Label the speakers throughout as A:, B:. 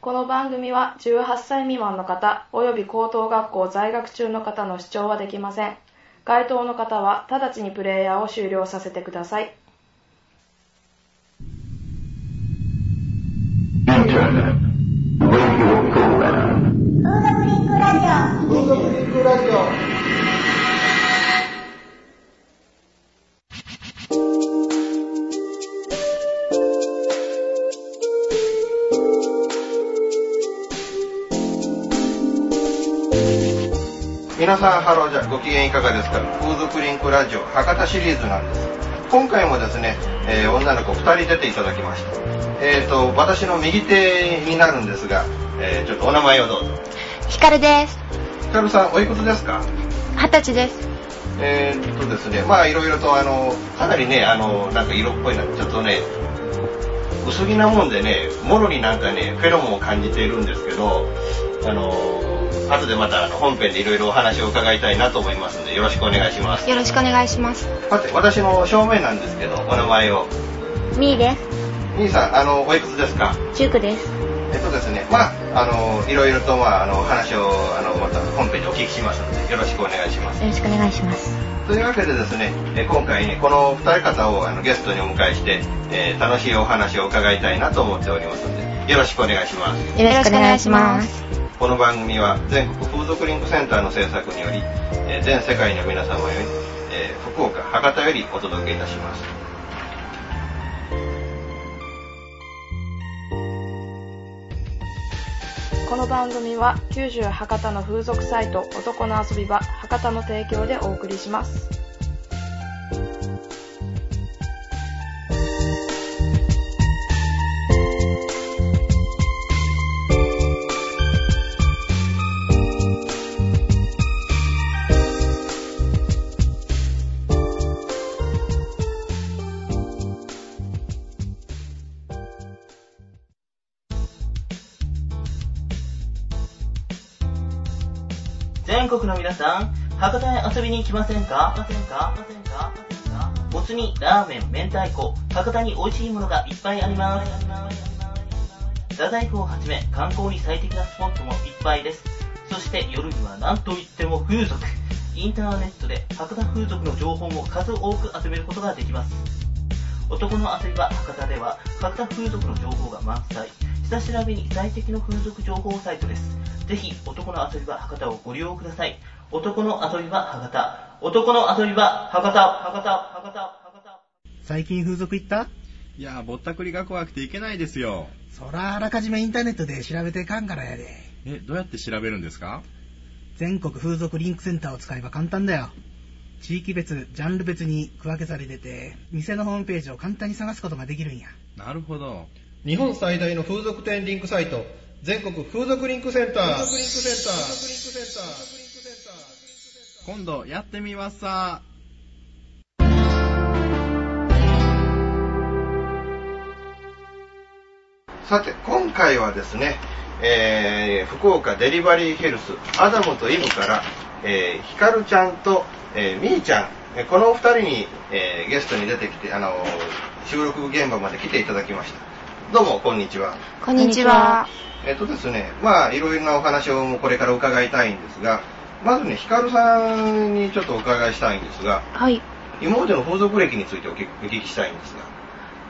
A: この番組は18歳未満の方、および高等学校在学中の方の視聴はできません。該当の方は直ちにプレイヤーを終了させてください。
B: Internet Radio Program.
C: フードブリックラジオ。
D: 皆さんハローじゃご機嫌いかがですか風俗リンクラジオ博多シリーズなんです今回もですね、えー女の子2人出ていただきましたえっ、と私の右手になるんですが、えーちょっとお名前をどうぞ
E: ひかるです。
D: ヒカルさんおいくつですか
E: 二十歳です。
D: えーっとですねまあいろいろとあのかなりねあのなんか色っぽいなちょっとね薄着なもんでねもろになんかねフェロモンを感じているんですけどあの後でまたあの本編でいろいろお話を伺いたいなと思いますのでよろしくお願いします
E: よろしくお願いします。
D: さて、私の正面なんですけど、お名前を。
E: みーで
D: 兄さん、あの、おいくつですか
E: す。ちゅうくです。
D: えっとですね、まあ、あの、いろいろと、まあ、あの、話を、あの、また本編でお聞きしますので、よろしくお願いします。
E: よろしくお願いします。
D: というわけでですね、え今回ね、この二人方をあのゲストにお迎えして、えー楽しいお話を伺いたいなと思っておりますので、よろしくお願いします。
E: よろしくお願いします。
D: この番組は全国風俗リンクセンターの制作により、えー全世界の皆様より、えー福岡博多よりお届けいたします
A: この番組は九州博多の風俗サイト男の遊び場博多の提供でお送りします。
F: 全国の皆さん、博多へ遊びに来ませんかませんかませんかもつ煮、ラーメン、明太子、博多に美味しいものがいっぱいあります。太宰府をはじめ観光に最適なスポットもいっぱいです。そして夜には何といっても風俗。インターネットで博多風俗の情報も数多く集めることができます。男の遊び場博多では博多風俗の情報が満載下調べに最適の風俗情報サイトですぜひ男の遊び場博多をご利用ください男の遊び場博多男の遊び場博多博多博多博多
G: 最近風俗行った
H: いやー、ぼったくりが怖くていけないですよ。
G: そらあらかじめインターネットで調べてかんからやで。
H: え、どうやって調べるんですか
G: 全国風俗リンクセンターを使えば簡単だよ。地域別、ジャンル別に区分けされてて、店のホームページを簡単に探すことができるんや。
H: なるほど。
I: 日本最大の風俗店リンクサイト全国風俗リンクセンター風俗リンクセンター
H: 今度やってみますさ。
D: さて、今回はですね、えー福岡デリバリーヘルス、アダムとイブから、えー、ヒカルちゃんと、えーミーちゃん、えーこのお二人に、えーゲストに出てきて、あのー収録現場まで来ていただきました。どうも、こんにちは。
E: こんにちは。
D: えっ、とですね、まあ、いろいろなお話をこれから伺いたいんですが、まずね、ヒカルさんにちょっとお伺いしたいんですが、
E: はい。
D: 今までの風俗歴についてお聞きお聞きしたいんですが、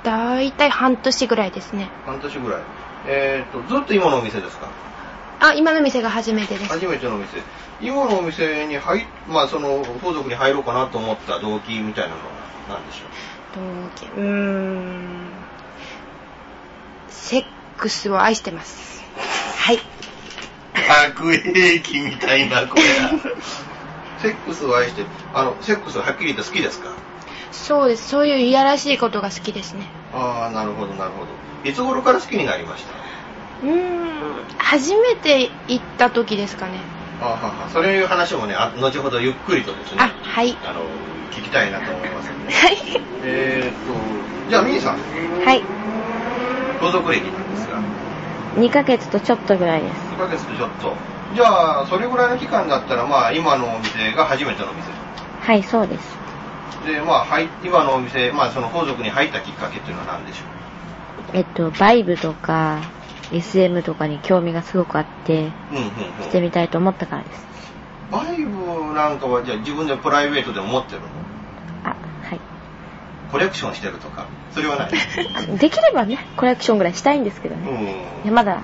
E: だいたい半年ぐらいですね。
D: 半年ぐらい。えっ、と、ずっと今のお店ですか
E: あ、今の店が初めてです。
D: 初めてのお店今のお店に入っまあその風俗に入ろうかなと思った動機みたいなのは何でしょ
E: どうけうーん。セックスを愛してます。はい。
D: う悪兵器みたいなこれ セックスを愛してあのセックスははっきり言って好きですか
E: そうです。そういういやらしいことが好きですね。
D: ああなるほどなるほどいつ頃から好きになりました
E: うーん。初めて行った時ですかね。
D: あははそういう話もねあ後ほどゆっくりとですね
E: あ、はい。
D: あの聞きたいなと思いますんで
E: はい。
D: えーっとじゃあみーさん
J: はい。
D: 風俗歴なんですが
J: 2ヶ月とちょっとぐらいです。
D: 1ヶ月とちょっとじゃあそれぐらいの期間だったらまあ今のお店が初めてのお店
J: はい、そうです。
D: で、まあ、はい、今のお店、まあ、その皇族に入ったきっかけっていうのは何でしょ
J: えっと、バイブとか、 SM とかに興味がすごくあって、
D: うんうんうん
J: してみたいと思ったからです。
D: バイブなんかはじゃあ自分でプライベートでも持ってるの
J: あ、はい。
D: コレクションしてるとかそれは ない
J: あできればね、コレクションぐらいしたいんですけど
D: う
J: ね。いや、
D: ん
J: まだ、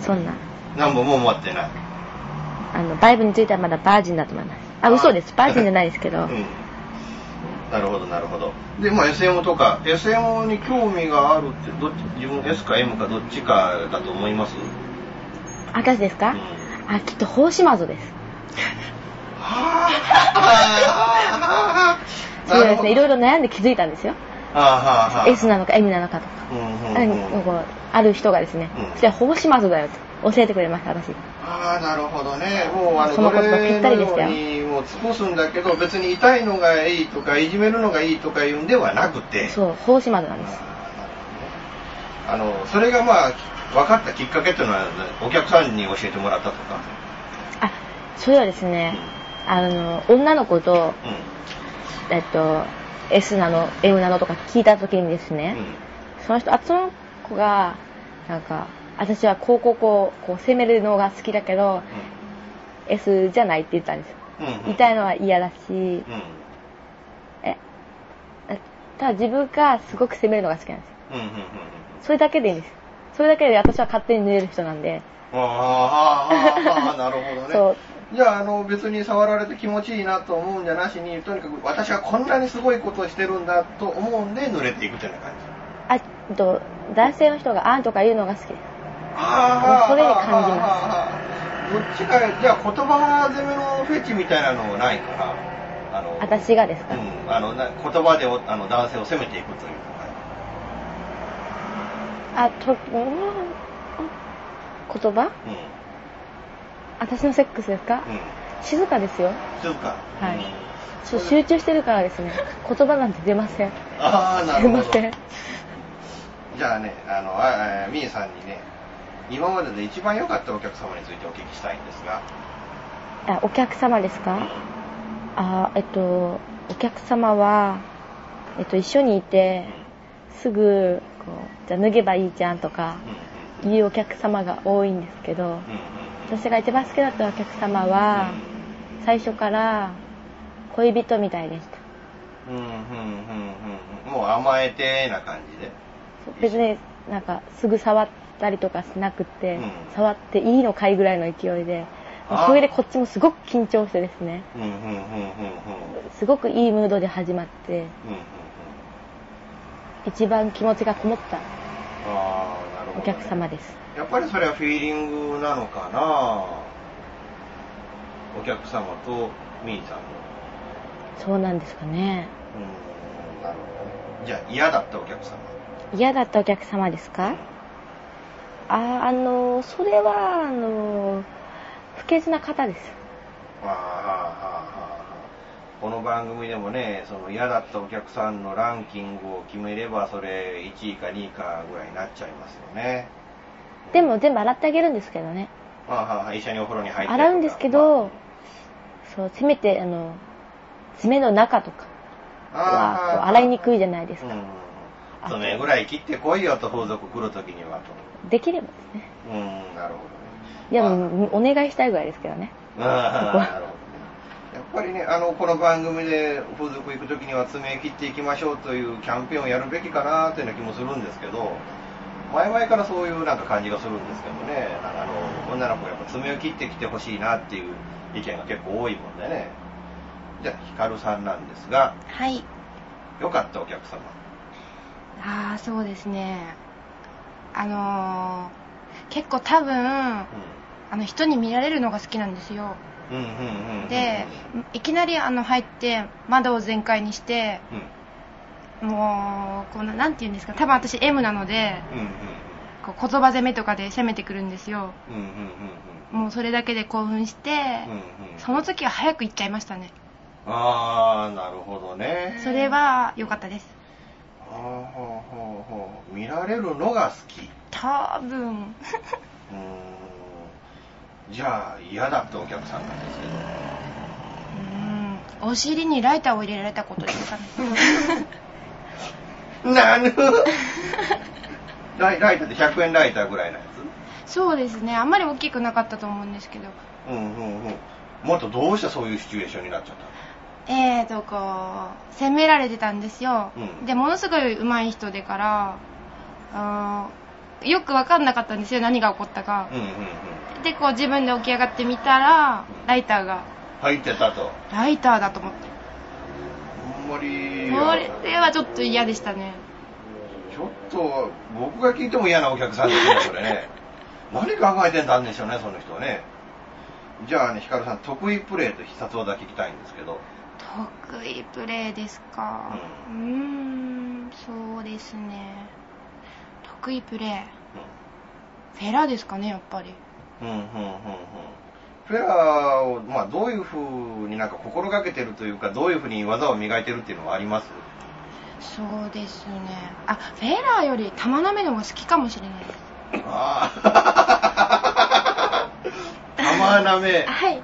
J: そんな、
D: 何本も持ってない
J: あの、バイブについてはまだバージンだと思います。あ、嘘です。バージンじゃないですけど、
D: うんなるほどなるほどでまあ SM とか SM に興味があるってどっち自分 S か M かどっちかだと思います
J: 私ですかあ、きっと、ホウシマゾです。
D: あー
J: そうですね。い
D: なるほど
J: ろいろ悩んで気づいたんですよ。
D: あーはーはー
J: S なのか M なのかとか。
D: うん
J: あ
D: うんう
J: の
D: ん
J: こうある人がですね
D: うん、
J: そしてホウシマゾだよと教えてくれました、私。
D: ああなるほどねもうあの
J: その
D: ど
J: 言葉ぴ
D: れ
J: った
D: の
J: りでしたよ
D: ようにもう尽くすんだけど別に痛いのがいいとかいじめるのがいいとかいうんではなくて
J: そう、ホウシマゾなんです。
D: あのそれがまあ分かったきっかけというのはお客さんに教えてもらったとか、
J: あ、それはですね、あの、女の子と、
D: う
J: えっと、S なの、M なのとか聞いた時にです
D: ん
J: ね、
D: うん
J: その人、あ、その子が、なんか、私はこうこうこう、こう攻めるのが好きだけど、S じゃないって言ったんですよ。
D: うんうん
J: 痛いのは嫌だし、
D: うん
J: え、えただ自分がすごく攻めるのが好きなんですよ。
D: うんうんうんうん
J: それだけでいいんです。それだけで私は勝手に縫える人なんで、
D: あーあーあーあーなるほどね
J: そう
D: じゃあ、あの、別に触られて気持ちいいなと思うんじゃなしに、とにかく私はこんなにすごいことをしてるんだと思うんで、濡れていくというような感じ。
J: あ、えっと、男性の人があんとか言うのが好きです。
D: あー
J: それに感じます
D: どっちか、じゃあ言葉攻めのフェチみたいなのはないから、あの、
J: 私がです
D: う
J: か、
D: ん、あの、な言葉でおあの男性を責めていくというか。
J: あ、と、うん言葉
D: うん、
J: 私のセックスですか、
D: うん、
J: 静かですよ。
D: そうか。
J: はい
D: うん
J: ちょっと集中してるからですね、言葉なんて出ません。
D: ああ、な
J: 出
D: るほ
J: ま
D: ど。
J: せん。
D: じゃあね、あの、ああみーさんにね、今までで一番良かったお客様についてお聞きしたいんですが、
J: あ、お客様ですかあ、えっと、お客様は、えっと、一緒にいて、すぐ、こう、じゃあ脱げばいいじゃんとか、いうお客様が多いんですけど、
D: うん、うん、うん。
J: 私が一番好きだったお客様は、最初から恋人みたいでした。
D: うんうんうんうんうんもう甘えてな感じで
J: そう別になんかすぐ触ったりとかしなくて、
D: うん
J: 触っていいのかいぐらいの勢いで、
D: あー
J: それでこっちもすごく緊張してですね、
D: うんうんうんうんうんうん
J: すごくいいムードで始まって、
D: うんうん
J: 一番気持ちがこもった
D: ああなるほど、ね、
J: お客様です。
D: やっぱりそれはフィーリングなのかなお客様とみーさんの
J: そうなんですかね。
D: うんなるほどねじゃあ嫌だったお客様
J: 嫌だったお客様ですかあー、あの、それは、あの、不潔な方です。
D: ああはあはあはあこの番組でもねその嫌だったお客さんのランキングを決めればそれ1位か2位かぐらいになっちゃいますよね
J: でも全部洗ってあげるんですけどね。
D: まあはあ、一緒にお風呂に入って
J: 洗うんですけど、そう、せめて、あの、爪の中とかは、こう洗いにくいじゃないですか。
D: うん、爪ぐらい切ってこいよと風俗来るときにはと
J: できればですね。
D: うんなるほ
J: いや、もう、お願いしたいぐらいですけどね。
D: どねあーなるほどねやっぱりねあのこの番組で風俗行くときには爪切っていきましょうというキャンペーンをやるべきかなというような気もするんですけど前々からそういうなんか感じがするんですけどねあの女の子やっぱ爪を切ってきてほしいなっていう意見が結構多いもんでねじゃあヒカルさんなんですが
E: はい。
D: 良かったお客様
E: ああ、そうですね。あのー、結構多分、あの、人に見られるのが好きなんですよ。
D: うんうんうんうんうん
E: で、いきなりあの入って、窓を全開にして、
D: うん
E: もう、こうななんて言うんですか、多分私 M なので、
D: うんうん
E: こう言葉攻めとかで攻めてくるんですよ。
D: うんうん
E: もうそれだけで興奮して
D: うんうんう、んうん
E: その時は早く行っちゃいましたね。
D: ああなるほどね
E: それは良かったです。
D: ほうほうほうほう見られるのが好きう
E: 多 分
D: ーんじゃあ嫌だってお客さんなんですけど
E: うんお尻にライターを入れられたことですかね
D: なぬライライターって100円ライターぐらいのやつ
E: そうですねあんまり大きくなかったと思うんですけど
D: うんうんうんもっとどうしてそういうシチュエーションになっちゃった
E: えーとこう責められてたんですよ、
D: うん
E: でものすごい上手い人でからあーよく分かんなかったんですよ何が起こったか
D: の、うんうんうん、
E: でこう自分で起き上がってみたらライターが
D: 入ってたと
E: ライターだと思って
D: あんまり
E: これはちょっと嫌でしたね
D: ちょっと僕が聞いても嫌なお客さんですねそれね何考えてたんでしょうねその人はねじゃあねヒカルさん得意プレーと必殺技聞きたいんですけど
E: 得意プレーですかうーんそうですね得意プレーフェラですかねやっぱり
D: うんうんうんうんうんフェアを、まあ、どういうふうになんか心がけてるというかどういうふうに技を磨いてるっていうのはあります
E: そうですねあフェラーより玉なめの方が好きかもしれないです
D: ああ 玉なめ
E: はい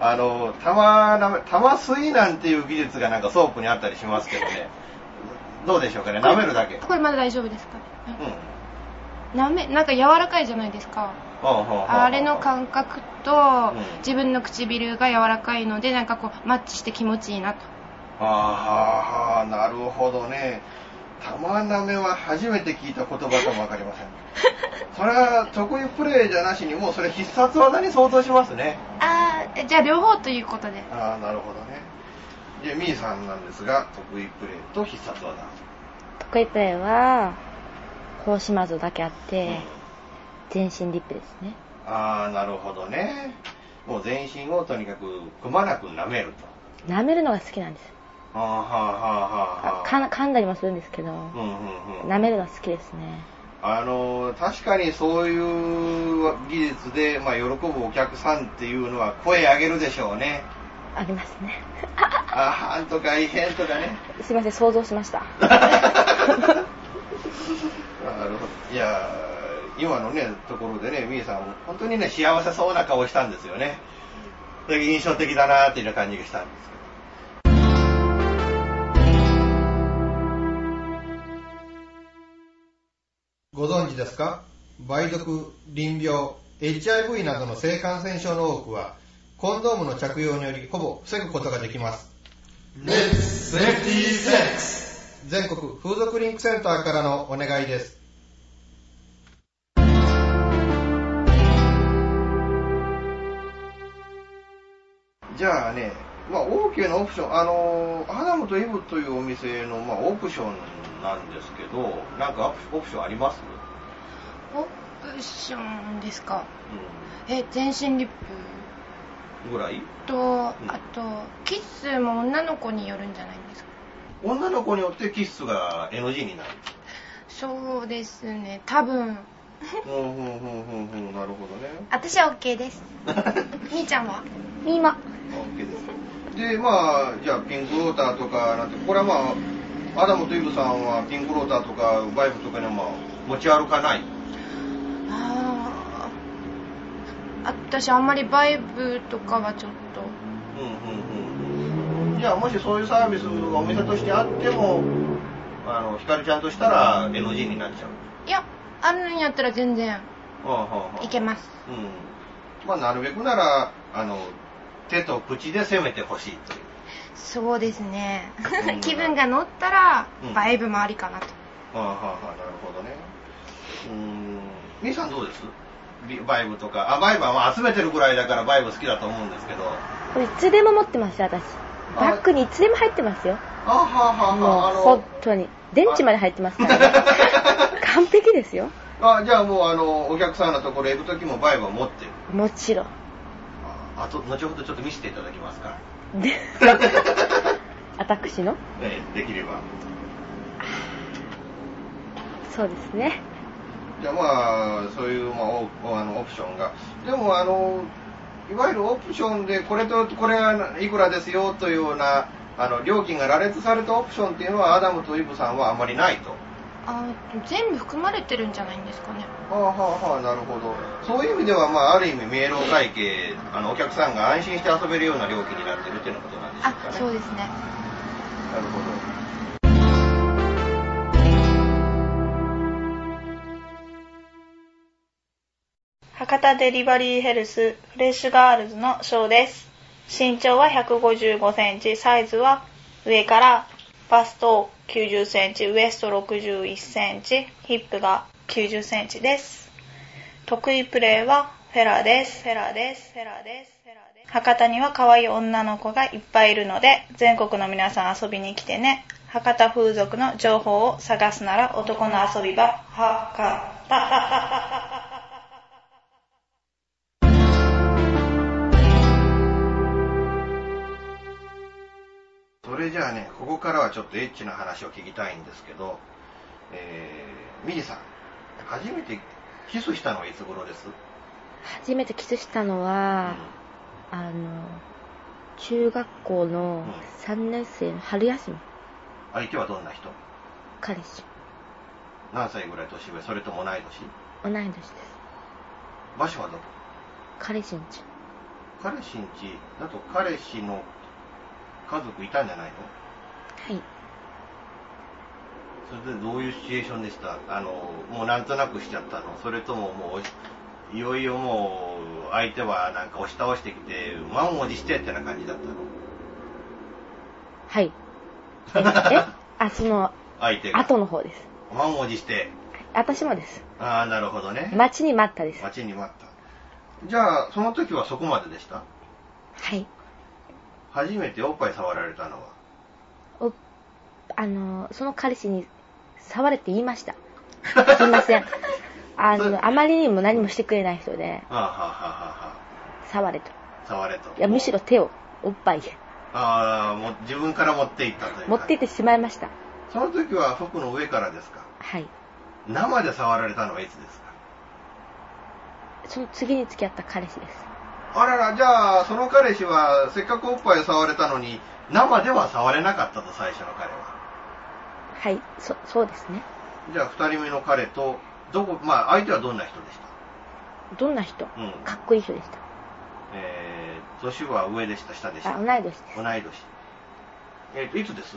D: あの玉なめ玉吸いなんていう技術がなんかソープにあったりしますけどねどうでしょうかね舐めるだけうん
E: これまだ大丈夫ですか
D: うんうん
E: なめなんか柔らかいじゃないですか
D: うんうん
E: あれの感覚と
D: うん
E: 自分の唇が柔らかいのでなんかこうマッチして気持ちいいなと
D: ああなるほどね玉なめは初めて聞いた言葉かもわかり ませんそれは得意プレーじゃなしにもうそれ必殺技に相当しますね
E: あーじゃあ両方ということで
D: ああなるほどねでみーさんなんですが得意プレーと必殺技
J: 得意プレーは、こうしまずだけあって、全身リップですね。
D: ああなるほどねもう全身をとにかくくまなく舐めると
J: 舐めるのが好きなんです。
D: ああはあはあは
J: あ
D: あ
J: かん噛んだりもするんですけど、
D: うんうんうん
J: 舐めるのが好きですね。
D: あの確かにそういう技術で、まあ、喜ぶお客さんっていうのは声上げるでしょうね。
J: ありますね。
D: あーんとか異変とかね。
J: すいません、想像しました。
D: なるほど。いやー、今のね、ところでね、みえさん、本当にね、幸せそうな顔したんですよね。それが印象的だなーっていうような感じがしたんですけど。
I: ご存知ですか梅毒、淋病、HIV などの性感染症の多くは、コンドームの着用によりほぼ防ぐことができます。Let's Safety Sex! 全国風俗リンクセンターからのお願いです。
D: じゃあね、まあ、OK のオプション、あのーアダムとイブというお店の、まあ、オプションなんですけど、なんかオプションあります
E: オプションですか
D: う
E: え全身リップ
D: ん。ぐらい
E: とあ
D: うん
E: とキスも女の子によるんじゃないんですか
D: 女の子によってキスが NG になる。
E: そうですね多分
D: うんうんうんうんうん、なるほどね。
E: 私は OK ですみーちゃんは
J: みーも。
D: OK です。で、まあ、じゃあピンクローターとかなんて、これはまあ、アダムとイブさんはピンクローターとかバイブとかにはまあ、持ち歩かない。
E: あーあ私あんまりバイブとかはちょっと
D: うんうんうん。じゃあもしそういうサービスがお店としてあっても、あの、ヒカルちゃんとしたら NG になっちゃう。
E: いやあるんやったら全然いけ
D: ま
E: ます
D: うん。まあ、なるべくなら、あの、手と口で攻めてほしいという。
E: そうですね
D: うん
E: 気分が乗ったら
D: うん
E: バイブもありかなと
D: ああはあはあなるほどねうーん兄さんどうですビバイブとかあバイブはまあ集めてるぐらいだからバイブ好きだと思うんですけどあ
J: これいつでも持ってますよ、私。バッグにいつでも入ってますよ。
D: はあはあはあ
J: も
D: あ
J: う、
D: の
J: 本当に。電池まで入ってますから ね。完璧ですよ。
D: あじゃあもうあのお客さんのところへ行く時もバイブは持ってる
J: もちろん。
D: ああと後ほどちょっと見せていただきますから、
J: で、私の
D: ええできれば
J: そうですね。
D: じゃあまあそういう、まあ、おあのオプションがでもあのいわゆるオプションでこれとこれがいくらですよというようなあの料金が羅列されたオプションっていうのはアダムとイブさんはあまりないと
E: あ全部含まれてるんじゃないんですかね
D: はあはあはあ、なるほど。そういう意味では、まあ、ある意味、明朗会計、あの、お客さんが安心して遊べるような料金になってるっていうようなことなんでしょうか
E: あ
D: ね。
E: そうですね
D: なるほ
K: 博多デリバリーヘルスフレッシュガールズのショーです身長は1 5 5センチサイズは上からバスト9 0センチウエスト6 1センチヒップが9 0センチです得意プレーはフェラですフェラですフェラですフェラです博多には可愛い女の子がいっぱいいるので全国の皆さん遊びに来てね博多風俗の情報を探すなら男の遊び場博多
D: それじゃあね、ここからはちょっとエッチな話を聞きたいんですけど、えー、ミリさん、初めてキスしたのはいつ頃です
J: 初めてキスしたのは、あの、中学校の3年生の春休み、
D: 相手はどんな人
J: 彼氏、
D: 何歳ぐらい年上それとも同い年
J: 同い年です。
D: 場所はどこ
J: 彼氏んち。
D: 彼氏んちだと彼氏の家族いたんじゃないの
J: はい。
D: それでどういうシチュエーションでしたあの、もうなんとなくしちゃったのそれとももう、いよいよもう、相手はなんか押し倒してきて、満を持してってな感じだったの
J: はい。 えあ、その、
D: 相手が。
J: 後の方です。
D: 満を持して。
J: 私もです。
D: ああ、なるほどね。
J: 待ちに待ったです。
D: 待ちに待った。じゃあ、その時はそこまででした
J: はい。
D: 初めておっぱい触られたのは。
J: お、あの、その彼氏に触れって言いま した。すいません。あの、あまりにも何もしてくれない人で、
D: はあ、はあはあは
J: 触れと。
D: あはあ、触れと。
J: いや、むしろ手を、おっぱいへ
D: ああ、もう自分から持っていったというか
J: 持ってってしまいました。
D: その時は服の上からですか
J: はい。
D: 生で触られたのはいつですか
J: その次に付き合った彼氏です。
D: あらら、じゃあ、その彼氏は、せっかくおっぱいを触れたのに、生では触れなかったと、最初の彼は。
J: はい、そ、そうですね。
D: じゃあ、二人目の彼と、どこ、まあ、相手はどんな人でした
J: どんな人、
D: うん
J: かっこいい人でし。
D: えー、年は上でした、下でした
J: あ、
D: た。
J: 同い
D: 同い
J: 年です。
D: 年。えっ、と、いつです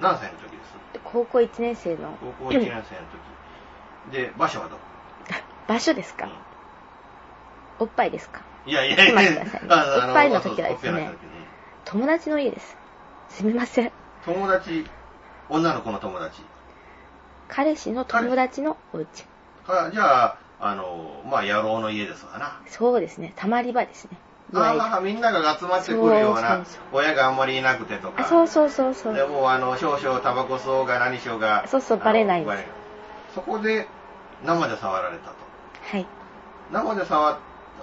D: 何歳の時です
J: 高校1年生の。
D: 高校1年生の時。で、場所はどこ
J: 場所ですか、おっぱいですか
D: いやいやい
J: 待っ
D: や
J: てくださいね、
D: ああ
J: おっぱいの時はです
D: おっぱいの
J: ね
D: 時、
J: 友達の家です。すみません。
D: 友達、女の子の友達。
J: 彼氏の友達のお家。
D: かじゃあ、あの、まあ、野郎の家ですわな。
J: そうですね、たまり場ですね。いわゆる
D: ああ、みんなが集まってくるよう
J: そう
D: な
J: そう、
D: 親があんまりいなくてと
J: あ
D: か。
J: そうそうそうそ
D: で
J: う。
D: もう、あの、少々タバコ吸おうが何しようが。
J: そうそう
D: あの
J: バレないんです
D: バレそこで、生で触られたと。
J: はい。
D: 生で触っ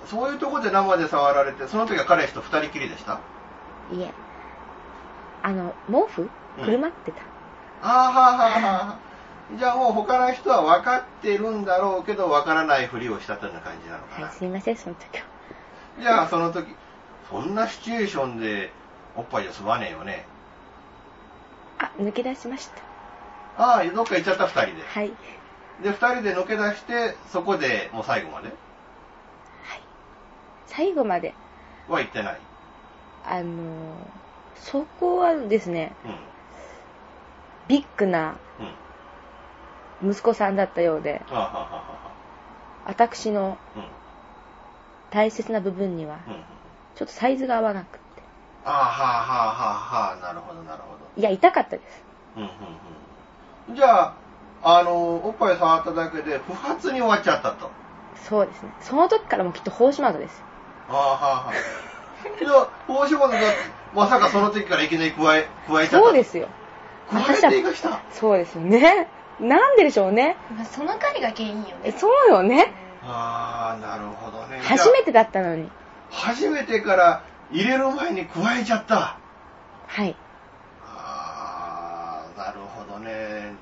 D: そういうとこで生で触られて、その時は彼氏と二人きりでした
J: いえ。あの、毛布
D: うん
J: くるまってた。
D: ああ、はあ、はあ、はあ。じゃあもう他の人は分かってるんだろうけど、分からないふりをしたというような感じなのかな。
J: はい、すみません、その時は。
D: じゃあその時、そんなシチュエーションでおっぱいじゃ済まねえよね。
J: あ、抜け出しました。
D: ああ、どっか行っちゃった二人で。
J: はい。
D: で、二人で抜け出して、そこでもう最後まで
J: 最後まで、
D: は行ってない。
J: あの、そこはですね、
D: うん。
J: ビッグな
D: うん。
J: 息子さんだったようで、
D: ああ、はあ、は
J: 私の
D: あ、は
J: 大切な部分には、
D: あ。うん。うん。あ
J: ちょっとサイズが合わなくって。
D: あ、はあ、はあ、はあ、はあ。なるほど、なるほど。
J: いや、痛かったです。
D: うん、うん、うん。じゃあ、あの、おっぱい触っただけで、不発に終わっちゃったと。
J: そうですね。その時からもうきっと法師窓です。
D: ああ、はあ、はあ。いや、大島さんが、まさかその時からいきなり加え、加えちゃった。
J: そうで。すよ。
D: 加えていかした。
J: そうですよね。なんででしょうね。
E: まあその彼が原因よ
J: え、
E: ね。
J: そうよね。
D: ああ、なるほどね。
J: 初めてだったのに。
D: 初めてから入れる前に加えちゃった。
J: はい。。
D: ああ、なるほどね。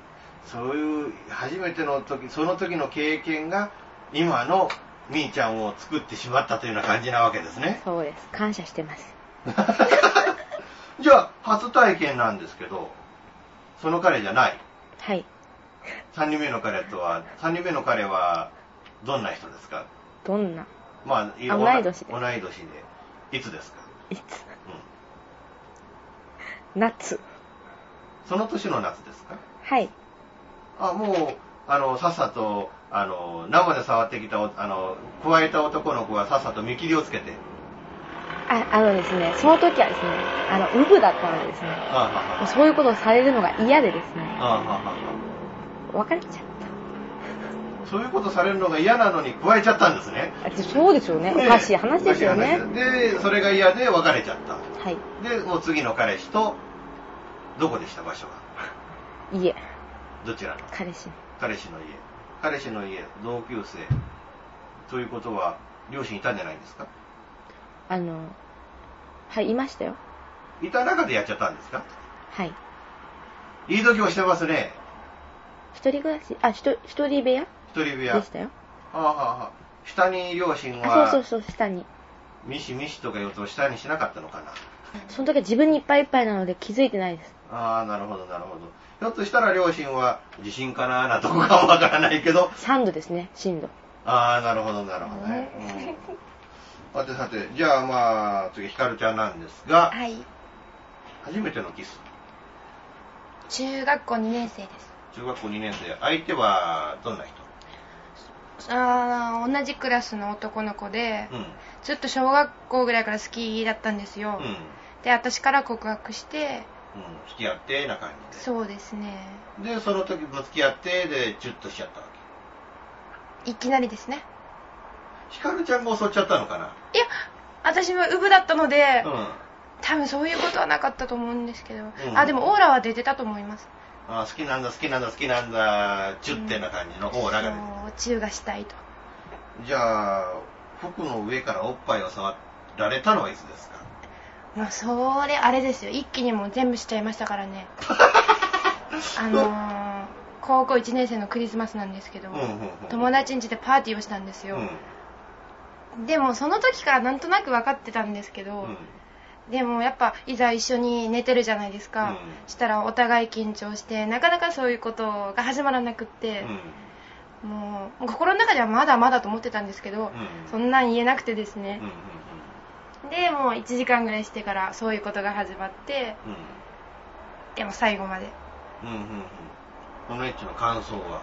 D: そういう、初めての時、その時の経験が、今のみーちゃんを作ってしまったというような感じなわけですね
J: そうです。感謝してます。
D: じゃあ、初体験なんですけど、その彼じゃない。
J: はい。
D: 3人目の彼とは、3人目の彼は、どんな人ですか
J: どんな、
D: まあ、い
J: あ
D: 同
J: 同い年です
D: 同い年で。いつですか
J: いつ、
D: うん。
J: 夏。
D: その年の夏ですか
J: はい。
D: あ、もう、あの、さっさと、あの、生で触ってきたお、あの、加えた男の子はさっさと見切りをつけて、
J: ああのですね、その時はですね、あの、ウブだったのでですね、
D: ああはあはあ
J: そういうことをされるのが嫌でですね、
D: ああはあは
J: 別れちゃっ
D: あそういうことされるのが嫌なのに加えちゃったんですね。
J: た。あそうですよね、おかしい話ですよね
D: お。かしい話ですで、それが嫌で別れちゃった。
J: はい。
D: で、もう次の彼氏と、どこでした場所が。
J: いえ、
D: どちらの
J: 彼氏。
D: 彼氏の家。彼氏の家、同級生。ということは、両親いたんじゃないですか
J: あの、はい、いましたよ。
D: いた中でやっちゃったんですか
J: はい。
D: いい時をしてますね。
J: 一人暮らし、あ、ひと一人部屋
D: 一人部
J: で
D: 屋。
J: したよ。
D: ああはあはあ下に両親
J: あ、
D: は、
J: そうそうそう、下に。
D: ミシミシとか言うと下にしなかったのかな。
J: その時は自分にいっぱいいっぱいなので気づいてないです。
D: ああ、なるほど、なるほど。ひょっとしたら両親は地震かな、なんとかはわからないけど、
J: 3度ですね、震度。
D: ああ、なるほど、なるほどね。うん、さてさて、じゃあまあ、次、ひかるちゃんなんですが、
E: はい。
D: 初めてのキス。
E: 中学校2年生です。
D: 中学校2年生、相手はどんな人
E: あー同じクラスの男の子で、
D: うん。
E: ずっと小学校ぐらいから好きだったんですよ。
D: うん。うん。
E: で、私から告白して、
D: 付き合って、な感じ
E: そうですね。
D: で。で、その時も付き合って、で、チュッとしちゃったわけ。
E: いきなりですね。
D: ひかるちゃんが襲っちゃったのかない
E: や、私もウブだったので、
D: うん。
E: 多分そういうことはなかったと思うんですけど、
D: ん
E: あ、でもオーラは出てたと思います。
D: あー好きなんだ、好きなんだ、好きなんだ、チュッてな感じのオーラが出てる
E: そう、チューがしたいと。
D: じゃあ、服の上からおっぱいを触られたのはいつですか
E: もうそれあれですよ一気にもう全部しちゃいましたか らねあのー、高校1年生のクリスマスなんですけど、
D: うんうんうん
E: 友達ん家でパーティーをしたんです
D: うん。
E: よ、でもその時からなんとなく分かってたんですけど、
D: うん
E: でもやっぱいざ一緒に寝てるじゃないですか、
D: うん
E: したらお互い緊張してなかなかそういうことが始まらなくって、もう心の中ではまだまだと思ってたんですけ
D: う
E: ど、
D: ん
E: そんなん言えなくてです
D: うん。
E: ね
D: うん。う、ん
E: でもう1時間ぐらいしてからそういうことが始まって、でも最後まで
D: うん。うん。うん。うん。このエッチの感想は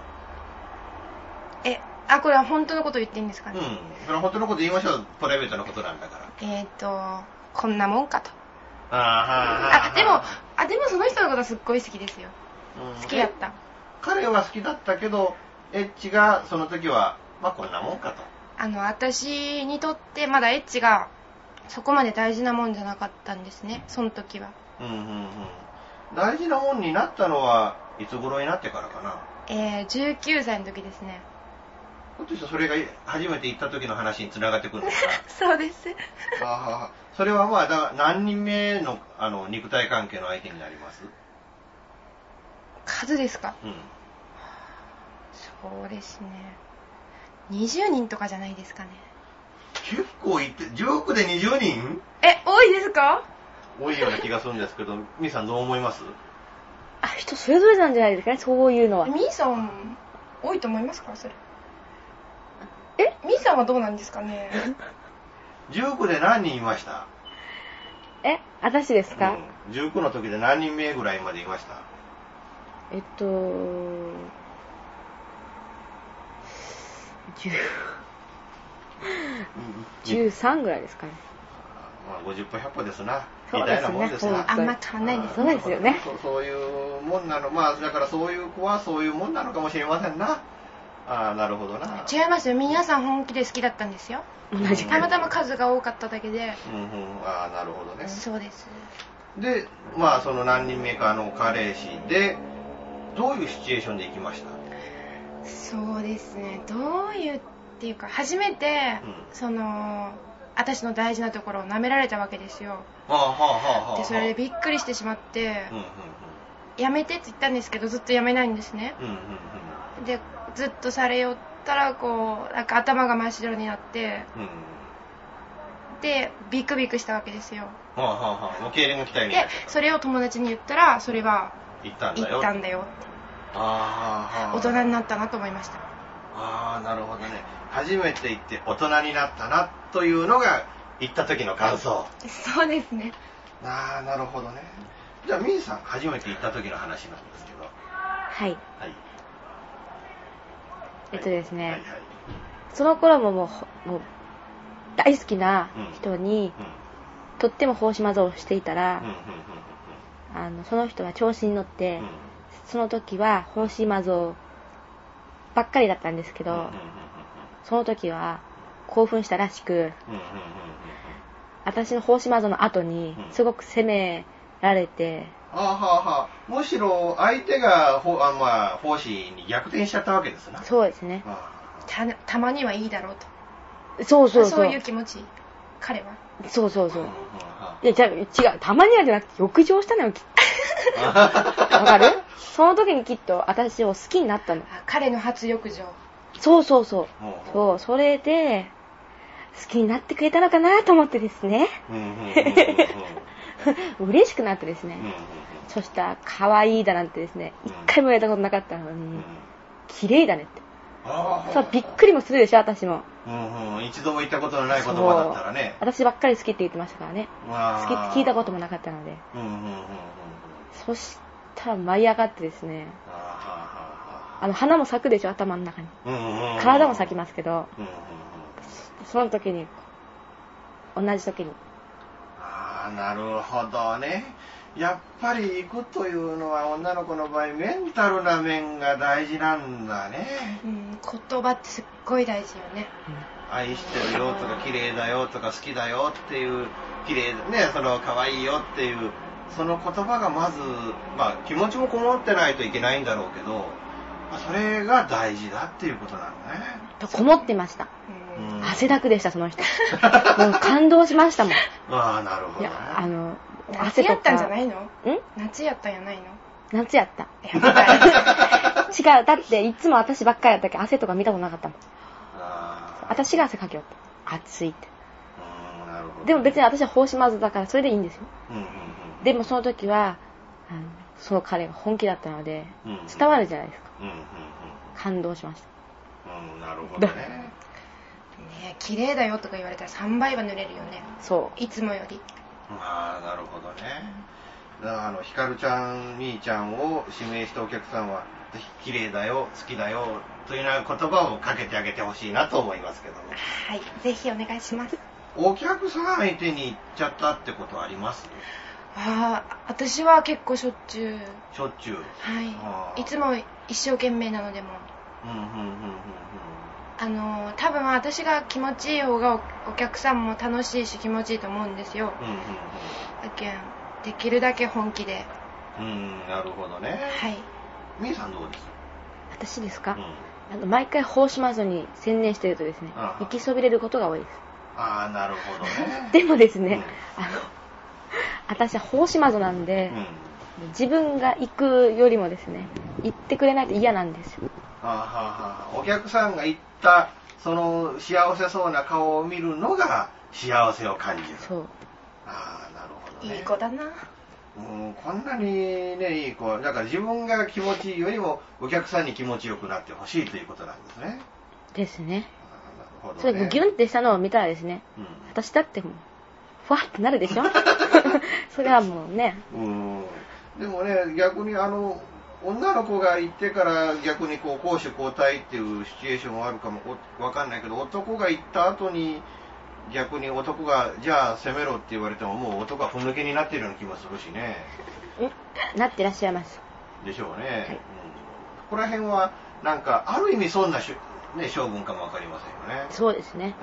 E: えあこれは本当のこと言っていいんですか
D: う
E: ね、
D: ん。それは本当のこと言いましょう。プライベートなことなんだから。
E: えっ、とこんなもんかと
D: あ
E: あでもあでもその人のことはすっごい好きですよ
D: でも
E: 好きだった
D: 彼は好きだったけど、エッチがその時は、まあこんなもんかと。
E: あの私にとってまだエッチがそこまで大事なもんじゃなかったんですねその時は
D: うんうんうん。大事なもんになったのは、いつ頃になってからかな。
E: えー、19歳の時ですね
D: ひょっとしてそれが初めて行った時の話につながってくるのかな。
E: そうです
D: あーそれはまあ、だから何人目のあの肉体関係の相手になります
E: 数ですか
D: うん。
E: そうですね20人とかじゃないですかね
D: 結構行って、19で20人
E: え多いですか
D: 多いような気がするんですけど、ミーさんどう思います
J: あ、人それぞれなんじゃないですかね、そういうのは。
E: みーさん多いと思いますかそれ
J: え
E: みーさんはどうなんですか ね
D: ?19 で何人いました
J: え、私ですか、
D: うん、?19 の時で何人目ぐらいまでいました
J: えっと、10 13ぐらいですかね。
D: まあ、50歩100歩ですな。
J: そう
D: み
J: で
D: た
J: す
D: い
J: ね
D: なもんですな。
E: あんま変わんないです
J: そうですよね
D: そうそういうもんなの。まあ、だからそういう子はそういうもんなのかもしれませんな。ああ、なるほどな。
E: 違いますよ皆さん本気で好きだったんですよ
J: 同じ
E: たまたま数が多かっただけで
D: うんうん、ああ、なるほどね。
E: そうです
D: で、まあ、その何人目かの彼氏で、どういうシチュエーションで行きました
E: そうですねどういうっていうか初めて、
D: うん
E: その私の大事なところを舐められたわけですよ
D: ああ、はあ、はあ、はあ。
E: でそれでびっくりしてしまって
D: うん、うん、
E: やめてって言ったんですけどずっとやめないんですね
D: うん。うん、うん、うん。
E: でずっとされよったらこうなんか頭が真っ白になって
D: うん。
E: でビクビクしたわけですよ
D: はあ、はあ、はあ。もう経理の期待に
E: でそれを友達に言ったらそれは
D: 行ったんだよ。
E: 行ったんだよって
D: ああ、はあ。
E: 大人になったなと思いました
D: ああ、なるほどね。初めて行って大人になったなというのが、行った時の感想。
E: そうですね
D: ああ、なるほどね。じゃあ、ミンさん、初めて行った時の話なんですけど。
J: は
D: は
J: い。
D: い。
J: えっとですね、その頃ももうほもう大好きな人に、とっても法島像をしていたら、あのその人は調子に乗って、その時は法島像ばっかりだったんですけど、その時は興奮したらしく、私の法島像の後にすごく責められて、
D: あははむしろ相手がほあ、まあ、奉仕に逆転しちゃったわけですな。
J: そうですね。
E: たたまにはいいだろうと
J: そうそうそう。
E: そういう気持ち彼は
J: そうそうそう。いや、じゃあ違う。たまにはじゃなくて、浴場したのよ、きっと。わかるその時にきっと私を好きになったの。
E: あ彼の初浴場
J: そうそうそう
D: ほう。
J: そう、それで、好きになってくれたのかなと思ってですね。
D: うんうんうんうんうん
J: 嬉しくなってですね。
D: うんうん
J: そしたら、可愛いだなんてですね、一回も言われたことなかったのに、綺麗だねって。
D: あー
J: そう、びっくりもするでしょ、私も。
D: うんうん一度も言ったことのない言葉だったらね。
J: 私ばっかり好きって言ってましたからね。好きって聞いたこともなかったので。
D: と。うんうんうんうん。
J: そしたら舞い上がってですね、
D: あ
J: あの花も咲くでしょ、頭の中に。
D: はははは。
J: 体も咲き
D: ま
J: ますけど、
D: す。うんうんうん
J: その時に、同じ時に。
D: ああ、なるほどね。やっぱり行くというのは女の子の場合メンタルな面が大事なんだね。
E: うん言葉ってすっごい大事よね
D: 愛してるよとか綺麗だよとか好きだよっていう綺麗だねその可愛いよっていうその言葉がまずまあ気持ちもこもってないといけないんだろうけどまあそれが大事だっていうことなのね。
J: とこもってました。
D: うん
J: 汗だくでした、そ の人。もう感動しましたもん。い
D: ああなるほどね。
J: や、あの、
E: 夏
J: 汗
E: や
J: と
E: った
J: か。
E: んじゃない
J: ん
E: の夏やったんや ないの
J: 夏やった。
E: やっぱ
J: 違う、だっていつも私ばっかりやったけど、汗とか見たことなかったもん。
D: あ
J: 私が汗かきよった。暑いって。
D: あうんなるほど。
J: でも別
D: に。
J: に私は法師まずだから、それでいいんですよ。
D: うんうん
J: でもその時は、あのその彼が本気だったので、
D: うんうん。
J: 伝わるじゃないですか。
D: うんうん
J: 感動しました。
D: うんうんなるほどね。
E: ね綺麗だよとか言われたら3倍は濡れるよね
J: そ
E: いつもより
D: ああなるほどねだからあのひかるちゃんみーちゃんを指名したお客さんはぜひ綺麗だよ好きだよというような言葉をかけてあげてほしいなと思いますけども
E: はいぜひお願いします
D: お客さん相手に行っちゃったってことあります
E: ああ私は結構しょっちゅう
D: しょっちゅうあ
E: は
D: ー
E: いいつも一生懸命なのでも
D: うんうんうんうんうん
E: あのー多分私が気持ちいい方がおお客さんも楽しいし気持ちいいと思うんですよ
D: うん
E: だけんできるだけ本気で
D: うんうんうんなるほどね
E: はい
D: みーさんどうです
J: う。私です
D: う
J: か、
D: ん
J: あの毎回法師マゾに専念してるとですね
D: ああ、
J: 行きそびれることが多いで
D: ああなるほどね
J: す。でもですね、あの、私は法師マゾなん
D: う
J: で、
D: ん
J: 自分が行くよりもですね、行ってくれないと嫌なんですよ。
D: あーはーはーお客さんが言ったその幸せそうな顔を見るのが幸せを感じる
J: そう。
D: ああなるほどね
E: いい子だな
D: うんこんなにねいい子はだから自分が気持ちいいよりもお客さんに気持ちよくなってほしいということなんですね
J: ですね。
D: あーなるほどね
J: それがギュンってしたのを見たらですね、
D: うん
J: 私だってもう、ふわってなる でしょそれはもうね、
D: うんでもね逆にあの女の子が行ってから逆にこう攻守交代っていうシチュエーションはあるかもおわかんないけど男が行った後に逆に男がじゃあ攻めろって言われてももう男がふぬけになってるような気もするしね
J: なってらっしゃいます。
D: でしょうね、うん、ここら辺はなんかある意味そんなしょ、ね、将軍かもわかりませんよね
J: そうですね。
D: ね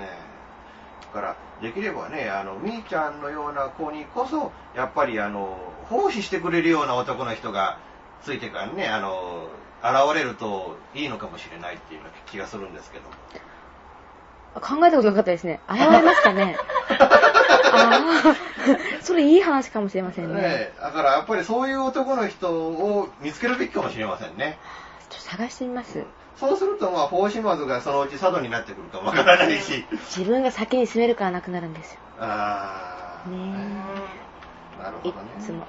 D: だからできればねあのみーちゃんのような子にこそやっぱりあの奉仕してくれるような男の人がついてからねあの現れるといいのかもしれないっていうような気がするんですけども
J: 考えたことなかったですね。現れまし たね。ああ、 それいい話かもしれませんね。
D: ねだからやっぱりそういう男の人を見つけるべきかもしれませんね
J: ちょっと探してみます。
D: そうするとまあ奉仕マズがそのうち佐渡になってくるかもわからないし
J: 自分が先に進めるからなくなるんですよ。
D: ああ、
J: ね
D: なるほ
J: いっ
D: どね
J: つも。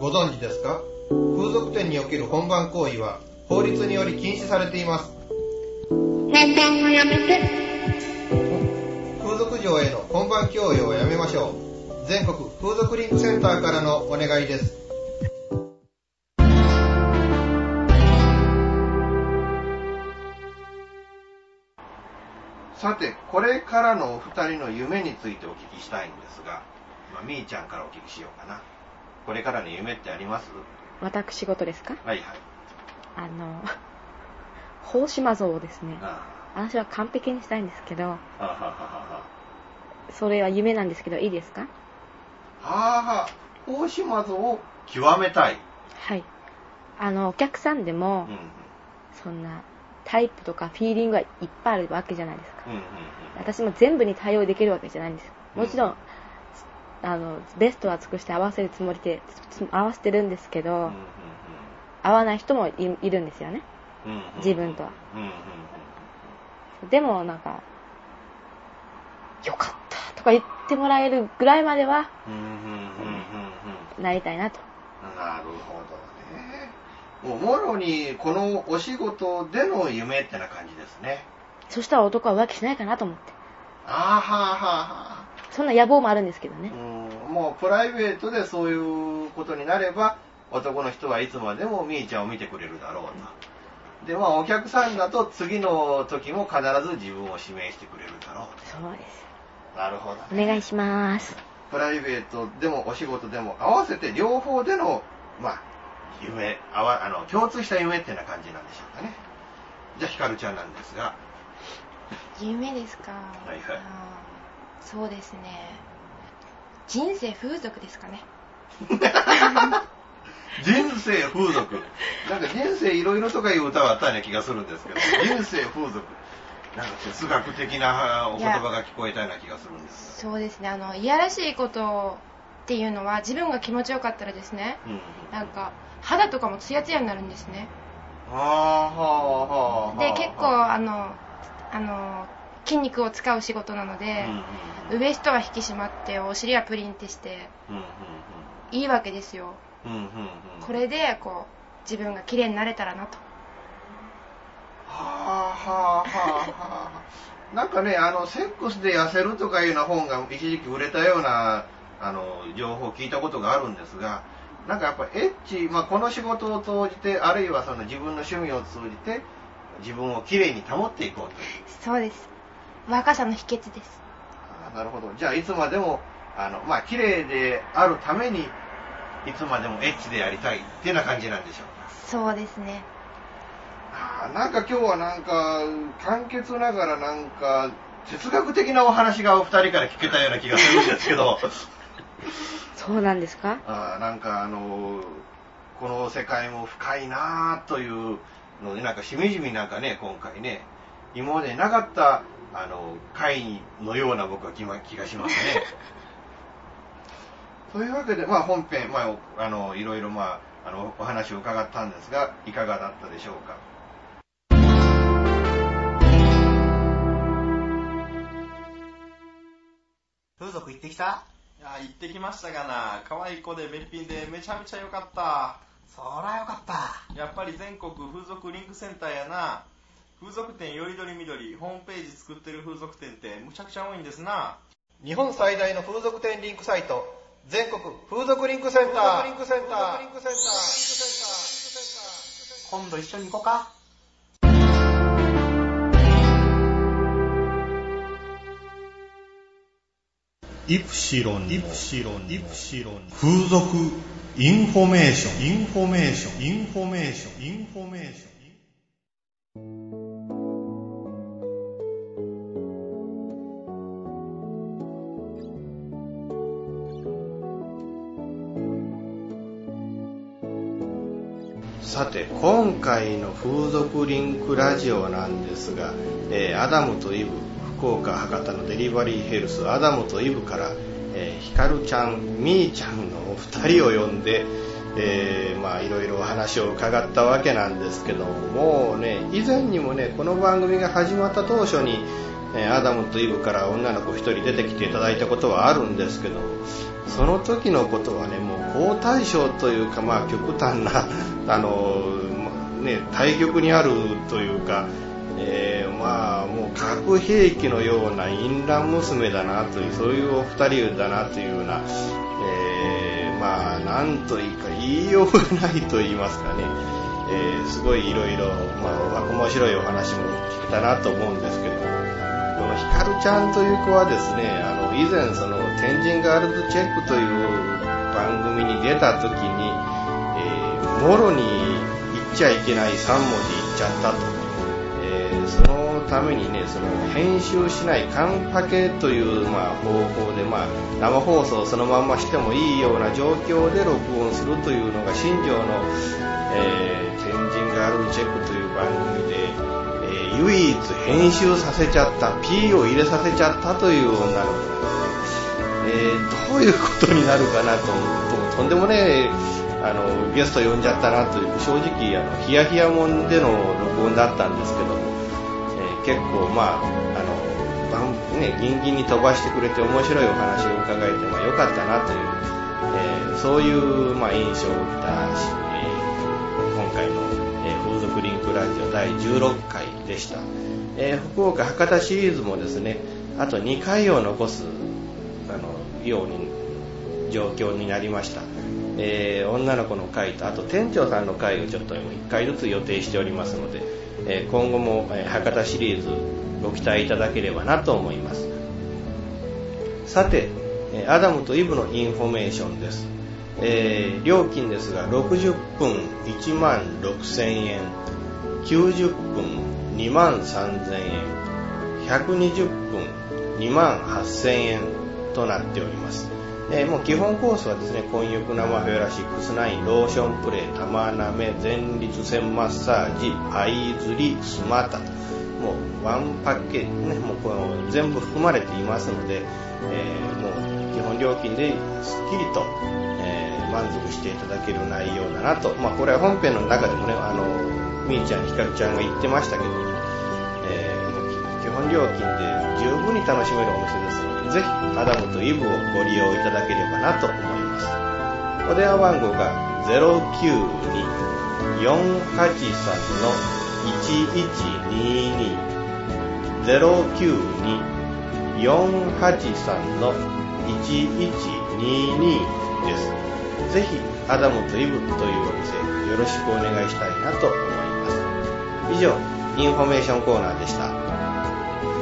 I: ご存知ですか風俗店における本番行為は法律により禁止されています
C: 年単をやめて
I: 風俗嬢への本番強要はやめましょう全国風俗リンクセンターからのお願いです
D: さて、これからのお二人の夢についてお聞きしたいんですが、まあ、みーちゃんからお聞きしようかな。これからの夢ってあります
J: 私事ですか
D: はいはい。
J: あの、法島像をですね、
D: あ
J: 私は完璧にしたいんですけど、
D: あははは
J: それは夢なんですけど、いいですか
D: ははあ、大島像を極めたい。
J: はい。あの、お客さんで
D: う
J: も
D: ん、うん。
J: そんな、タイプとかフィーリングはいっぱいあるわけじゃないですか。
D: うんうんうん。
J: 私も全部に対応できるわけじゃないんです。もちろん、あの、ベストは尽くして合わせるつもりで、つ合わせてるんですけ
D: う
J: ど、
D: ん
J: 合わない人もいいるんですよね。
D: うんうんうん
J: 自分とは。
D: うんうんうん。
J: でも、なんか、よかったとか言ってもらえるぐらいまでは、
D: うんうんうんうんうん。
J: なりたいなと。
D: なるほどね。もう、もろに、このお仕事での夢ってな感じですね。
J: そしたら男は浮気しないかなと思って。
D: あーはーはーは
J: そんな野望もあるんですけどね。
D: ーうん、もう、プライベートでそういうことになれば、男の人はいつまでもみーちゃんを見てくれるだろうと。で、まあ、お客さんだと次の時も必ず自分を指名してくれるだろう
J: そうです。
D: と。なるほど
J: お
D: ね。
J: 願いします。
D: プライベートでもお仕事でも合わせて両方での、まあ、夢、あわあの共通した夢ってな感じなんでしょうかね。じゃあ、ひかるちゃんなんですが、
E: 夢ですか。
D: いはい
E: あーそうですね。人生風俗ですかね。
D: 人生風俗。なんか人生いろいろとかいう歌はあったような気がするんですけど、人生風俗。なんか哲学的なお言葉が聞こえたような気がするんです
E: そうですね。あの、いやらしいことっていうのは自分が気持ちよかったらですね、
D: が。うん。
E: なんか肌とかもツヤツヤになるんですね。
D: あーはあはあはあ。
E: で、結構あの、あの、筋肉を使う仕事なので、
D: うんうん
E: ウエストは引き締まって、お尻はプリンってして、
D: うんうん
E: いいわけですよ。
D: うんうんうんうん。
E: これで、こう、自分が綺麗になれたらなと。
D: はあはあはあはあ。なんかね、あの、セックスで痩せるとかいうような本が一時期売れたような、あの、情報を聞いたことがあるんですが、なんかやっぱエッチ、まあ、この仕事を通じて、あるいはその自分の趣味を通じて、自分をきれいに保っていこうという。
E: そうです。若さの秘訣です。
D: ああなるほど。じゃあ、いつまでも、あの、まあ、綺麗であるために、いつまでもエッチでやりたいっていうような感じなんでしょうか。
E: そうですね。
D: あーなんか今日はなんか簡潔ながらなんか哲学的なお話がお二人から聞けたような気がするんですけど
J: そうなんですか
D: あーなんかあのーこの世界も深いなあというのでなんかしみじみなんかね今回ね今までなかったあの会のような僕は気ま気がしますね。というわけで、まあ、本編、まあお、あのいろいろ、まあ、あのお話を伺ったんですがいかがだったでしょうか。
G: 風俗行ってきた
H: いや、行ってきましたがな、可愛い子でべっぴんでめちゃめちゃ良かった。
G: そらよかった
H: やっぱり全国風俗リンクセンターやな。風俗店よりどりみどり、ホームページ作ってる風俗店ってむちゃくちゃ多いんですな。
I: 日本最大の風俗店リンクサイト全国風俗リンクセンターリンクセンターリンクセンター
G: 今度一緒に行こうか
I: イプシロンイプシロンイプシロン風俗インフォメーションインフォメーションインフォメーションインフォメーション
D: さて今回の風俗リンクラジオなんですが、えーアダムとイブ福岡博多のデリバリーヘルスアダムとイブから、えー、ひかるちゃんみーちゃんのお二人を呼んで、えーまあいろいろお話を伺ったわけなんですけどももうね以前にもねこの番組が始まった当初にえーアダムとイブから女の子1人出てきていただいたことはあるんですけどその時のことはねもう好対象というかまあ 極端なあの、まあね、対極にあるというか、え
H: えーまあもう核兵器のような淫乱娘だなというそういうお二人だなというような、えーまあなんというか言いようがないと言いますかね、えーすごいいろいろ面白いお話も聞けたなと思うんですけれどもこのひかるちゃんという子はですねあの以前その天神ガールズチェックという番組に出た時に、えーもろに言っちゃいけない3文字言っちゃったと。えーそのためにねその編集しないカンパケという、まあ、方法で、まあ、生放送そのまんましてもいいような状況で録音するというのが新庄の、えー天神ガールズチェック」という番組で、えー唯一編集させちゃった P を入れさせちゃったという女の子なんですね、えーどういうことになるかなと思うととんでもねあのゲスト呼んじゃったなという正直あのヒヤヒヤもんでの録音だったんですけども、えー結構まああの番ねギンギンに飛ばしてくれて面白いお話を伺えてまあ良かったなという、えーそういうまあ印象を受けたし、えー今回の、えー風俗リンクラジオ第16回でした、えー福岡博多シリーズもですねあと2回を残すあのように状況になりました、えー女の子の会とあと店長さんの会をちょっと1回ずつ予定しておりますので、えー今後も、えー博多シリーズご期待いただければなと思いますさて、えーアダムとイブのインフォメーションです、えー料金ですが60分1万6000円90分2万3000円120分2万8000円となっておりますえーもう基本コースはですね、混浴生フェラシックスナイン、ローションプレイ、玉なめ、前立腺マッサージ、相釣り、スマタ、もうワンパッケージね、もうこの全部含まれていますので、えーもう基本料金ですっきりと、えー満足していただける内容だなと、まあこれは本編の中でもね、あの、みーちゃん、ひかるちゃんが言ってましたけど、えー基本料金で十分に楽しめるお店です。ぜひ、アダムとイブをご利用いただければなと思います。お電話番号が092-483-1122 092-483-1122です。ぜひ、アダムとイブというお店、よろしくお願いしたいなと思います。以上、インフォメーションコーナーでした。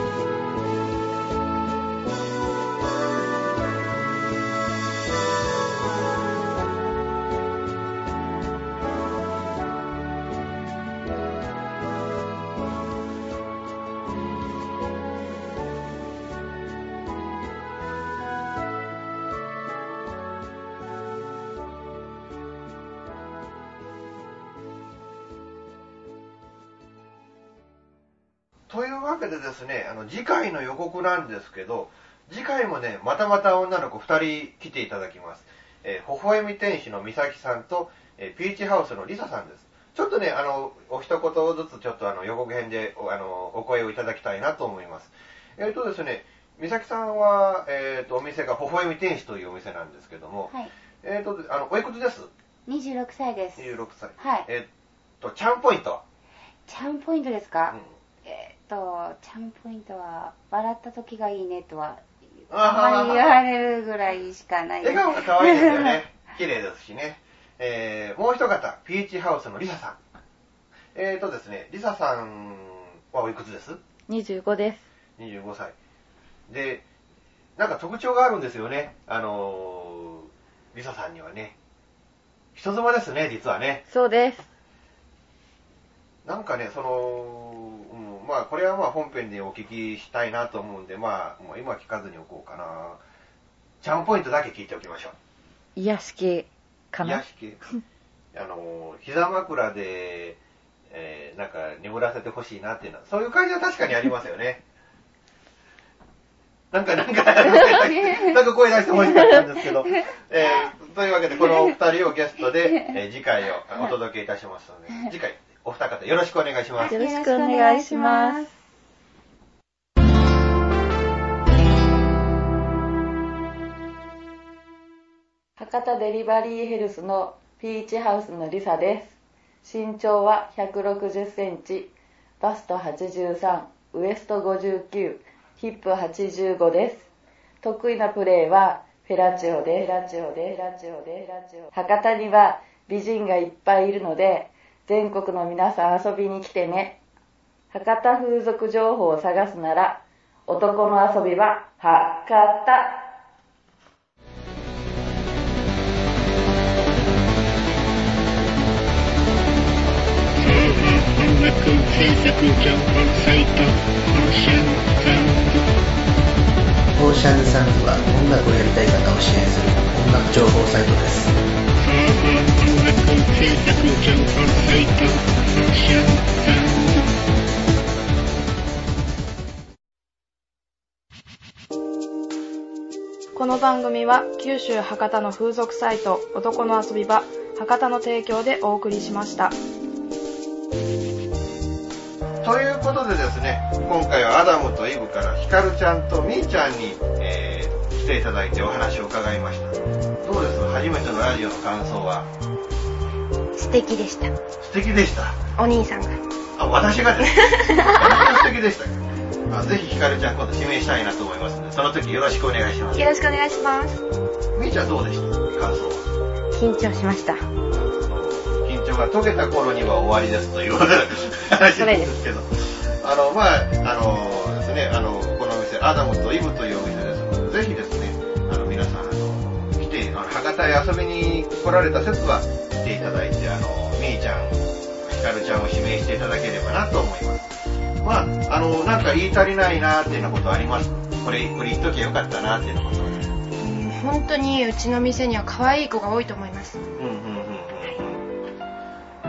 D: というわけでですね、あの次回の予告なんですけど、次回もね、またまた女の子2人来ていただきます。えー、微笑み天使の美咲さんと、えーピーチハウスのリサさんです。ちょっとね、あの、お一言ずつちょっとあの予告編でおあのお声をいただきたいなと思います。えっ、とですね、美咲さんは、えっ、と、お店が微笑み天使というお店なんですけども、
L: はい。
D: えっ、と、あの、おいくつです
L: 26歳です。
D: ?26 歳。
L: はい
D: えっ、と、チャンポイントは
L: チャンポイントですか、えーっと、チャンポイントは、笑った時がいいねとは、あ
D: あー
L: んまり言われるぐらいしかない。
D: 笑顔が可愛いですよね。綺麗ですしね。えー、もう一方、ピーチハウスのリサさん。えーとですね、リサさんはおいくつです
E: 25です。
D: ?25 歳。で、なんか特徴があるんですよね。あのー、リサさんにはね。人妻ですね、実はね。
E: そうです。
D: なんかね、その、うんまあ、これはまあ本編でお聞きしたいなと思うんで、まあ、もう今は聞かずにおこうかな。チャンポイントだけ聞いておきましょう。
E: 癒し系かな
D: 癒し系あの膝枕で、えーなんか眠らせてほしいなっていうのはそういう感じは確かにありますよね なんかなんか なんか声出してほしかったんですけど、えーというわけでこのお二人をゲストで、えー次回をお届けいたしますので 次回お二方よろしくお願いします
E: よろしくお願いします。
J: 博多デリバリーヘルスのピーチハウスのリサです身長は160センチ
M: バスト83、ウエスト59、ヒップ85です。得意なプレーはフェラチオで、フェラチオで、フェラチオで、フェラチオ。博多には美人がいっぱいいるので、全国の皆さん遊びに来てね。博多風俗情報を探すなら、男の遊びは博多。
N: 制作情報サイトオーシャンサウン
O: ドオーシャンサウンドは音楽をやりたい方を支援する音楽情報サイトです
N: 音楽制作情報サイトオーシャンサウンド
A: この番組は九州博多の風俗サイト男の遊び場博多の提供でお送りしました。
D: ということでですね、今回はアダムとイブからヒカルちゃんとミーちゃんに、えー来ていただいてお話を伺いました。どうです初めてのラジオの感想は
E: 素敵でした。
D: 素敵でした。
E: お兄さんが。
D: あ、私がですね。私が素敵でした。あぜひヒカルちゃん今度指名したいなと思いますので、その時よろしくお願いします。
E: よろしくお願いします。
D: ミーちゃんどうでした感想は
J: 緊張しました。
D: 緊張が解けた頃には終わりですという話なんですけど、あの、まあ、あのですね、あの、このお店、アダムとイブというお店ですので、ぜひですね、あの、皆さん、あの、来て、あの、博多へ遊びに来られた節は、来ていただいて、あの、みーちゃん、ひかるちゃんを指名していただければなと思います。まあ、あの、なんか言い足りないなっていうようなことありますこれ、これ言っときゃよかったなっていうようなこと。
E: 本当にうちの店には可愛い子が多いと思います。
D: うんうんうんうんうん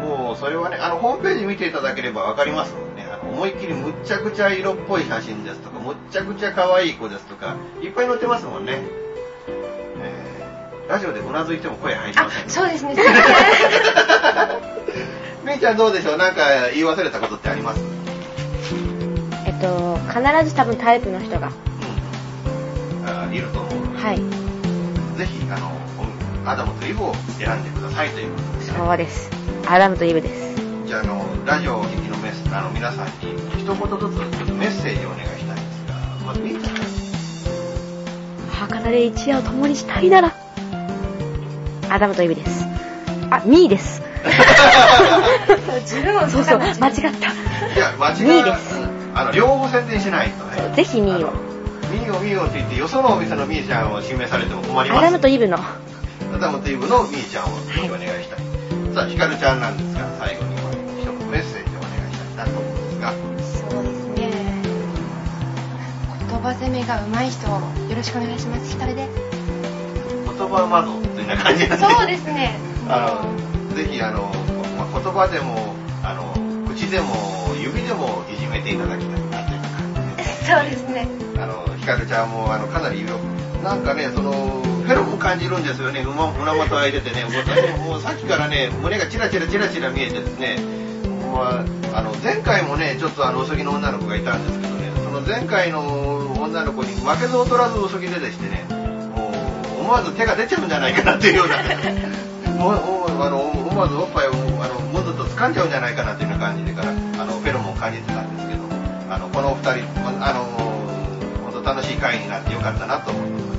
D: もうそれはねあのホームページ見ていただければ分かりますもんねあの思いっきりむっちゃくちゃ色っぽい写真ですとかむっちゃくちゃ可愛い子ですとかいっぱい載ってますもんね、えーラジオでうなずいても声入りません
E: そうですね、すいません
D: みーちゃんどうでしょうなんか言い忘れたことってあります
J: えっと、必ず多分タイプの人が。
D: あいると思う
J: はい。
D: ぜひあのおアダムとイブを選んでくださいということですね
J: そうです。アダムとイブです。
D: じゃああのラジオをお聞きのメッセあの皆さんに一言ずつメッセージをお願いしたいんですがまずみーちゃんから
J: 博多で一夜を共にしたいなら、アダムとイブです。あ、ミー です。
E: 自分を
J: そうそう、間違った。
D: いや、間違いです。あの、両方宣伝しないとね。
J: ぜひミーを。
D: みーをみーをって言って、よそのお店のみーちゃんを指名されても困りま
J: ア
D: す。
J: ダムとイブの。
D: アダムとイブのみーちゃんをぜひお願いしたい。さあ、ひかるちゃんなんですが、最後に一言メッセージをお願いしたいなと思うんですが、
E: そうですね。言葉攻めが上手い人、よろしくお願いします。一人 で。
D: 言葉窓というような感じなんで、
E: そうですね。
D: あの、ぜひ、あの、まあ言葉でも、あの、口でも、指でもいじめていただきたいなという感じですね。
E: そうですね。
D: あの、ひかるちゃんも、あの、かなりよ、なんかね、その、フェロモン感じるんですよね、馬胸元開いててね、私ももうさっきからね、胸がチラチラチラチラ見えてですね、もうああの、前回もね、ちょっとあの、遅ぎの女の子がいたんですけどね、その前回の女の子に負けず劣らず遅ぎ出てしてね、もう、思わず手が出ちゃうんじゃないかなっていうような、もう、もうあの、思わずおっぱいを、あの、もずっと掴んじゃうんじゃないかなっていうような感じでから、あの、フェロモン感じてたんですけど、あの、このお二人、あの、本当楽しい会になってよかったなと思ってます。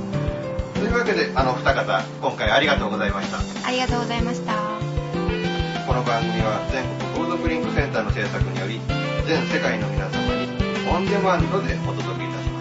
D: というわけで、あの二方、今回ありがとうございました。
E: ありがとうございました。
D: この番組は全国風俗リンクセンターの制作により、全世界の皆様にオンデマンドでお届けいたします。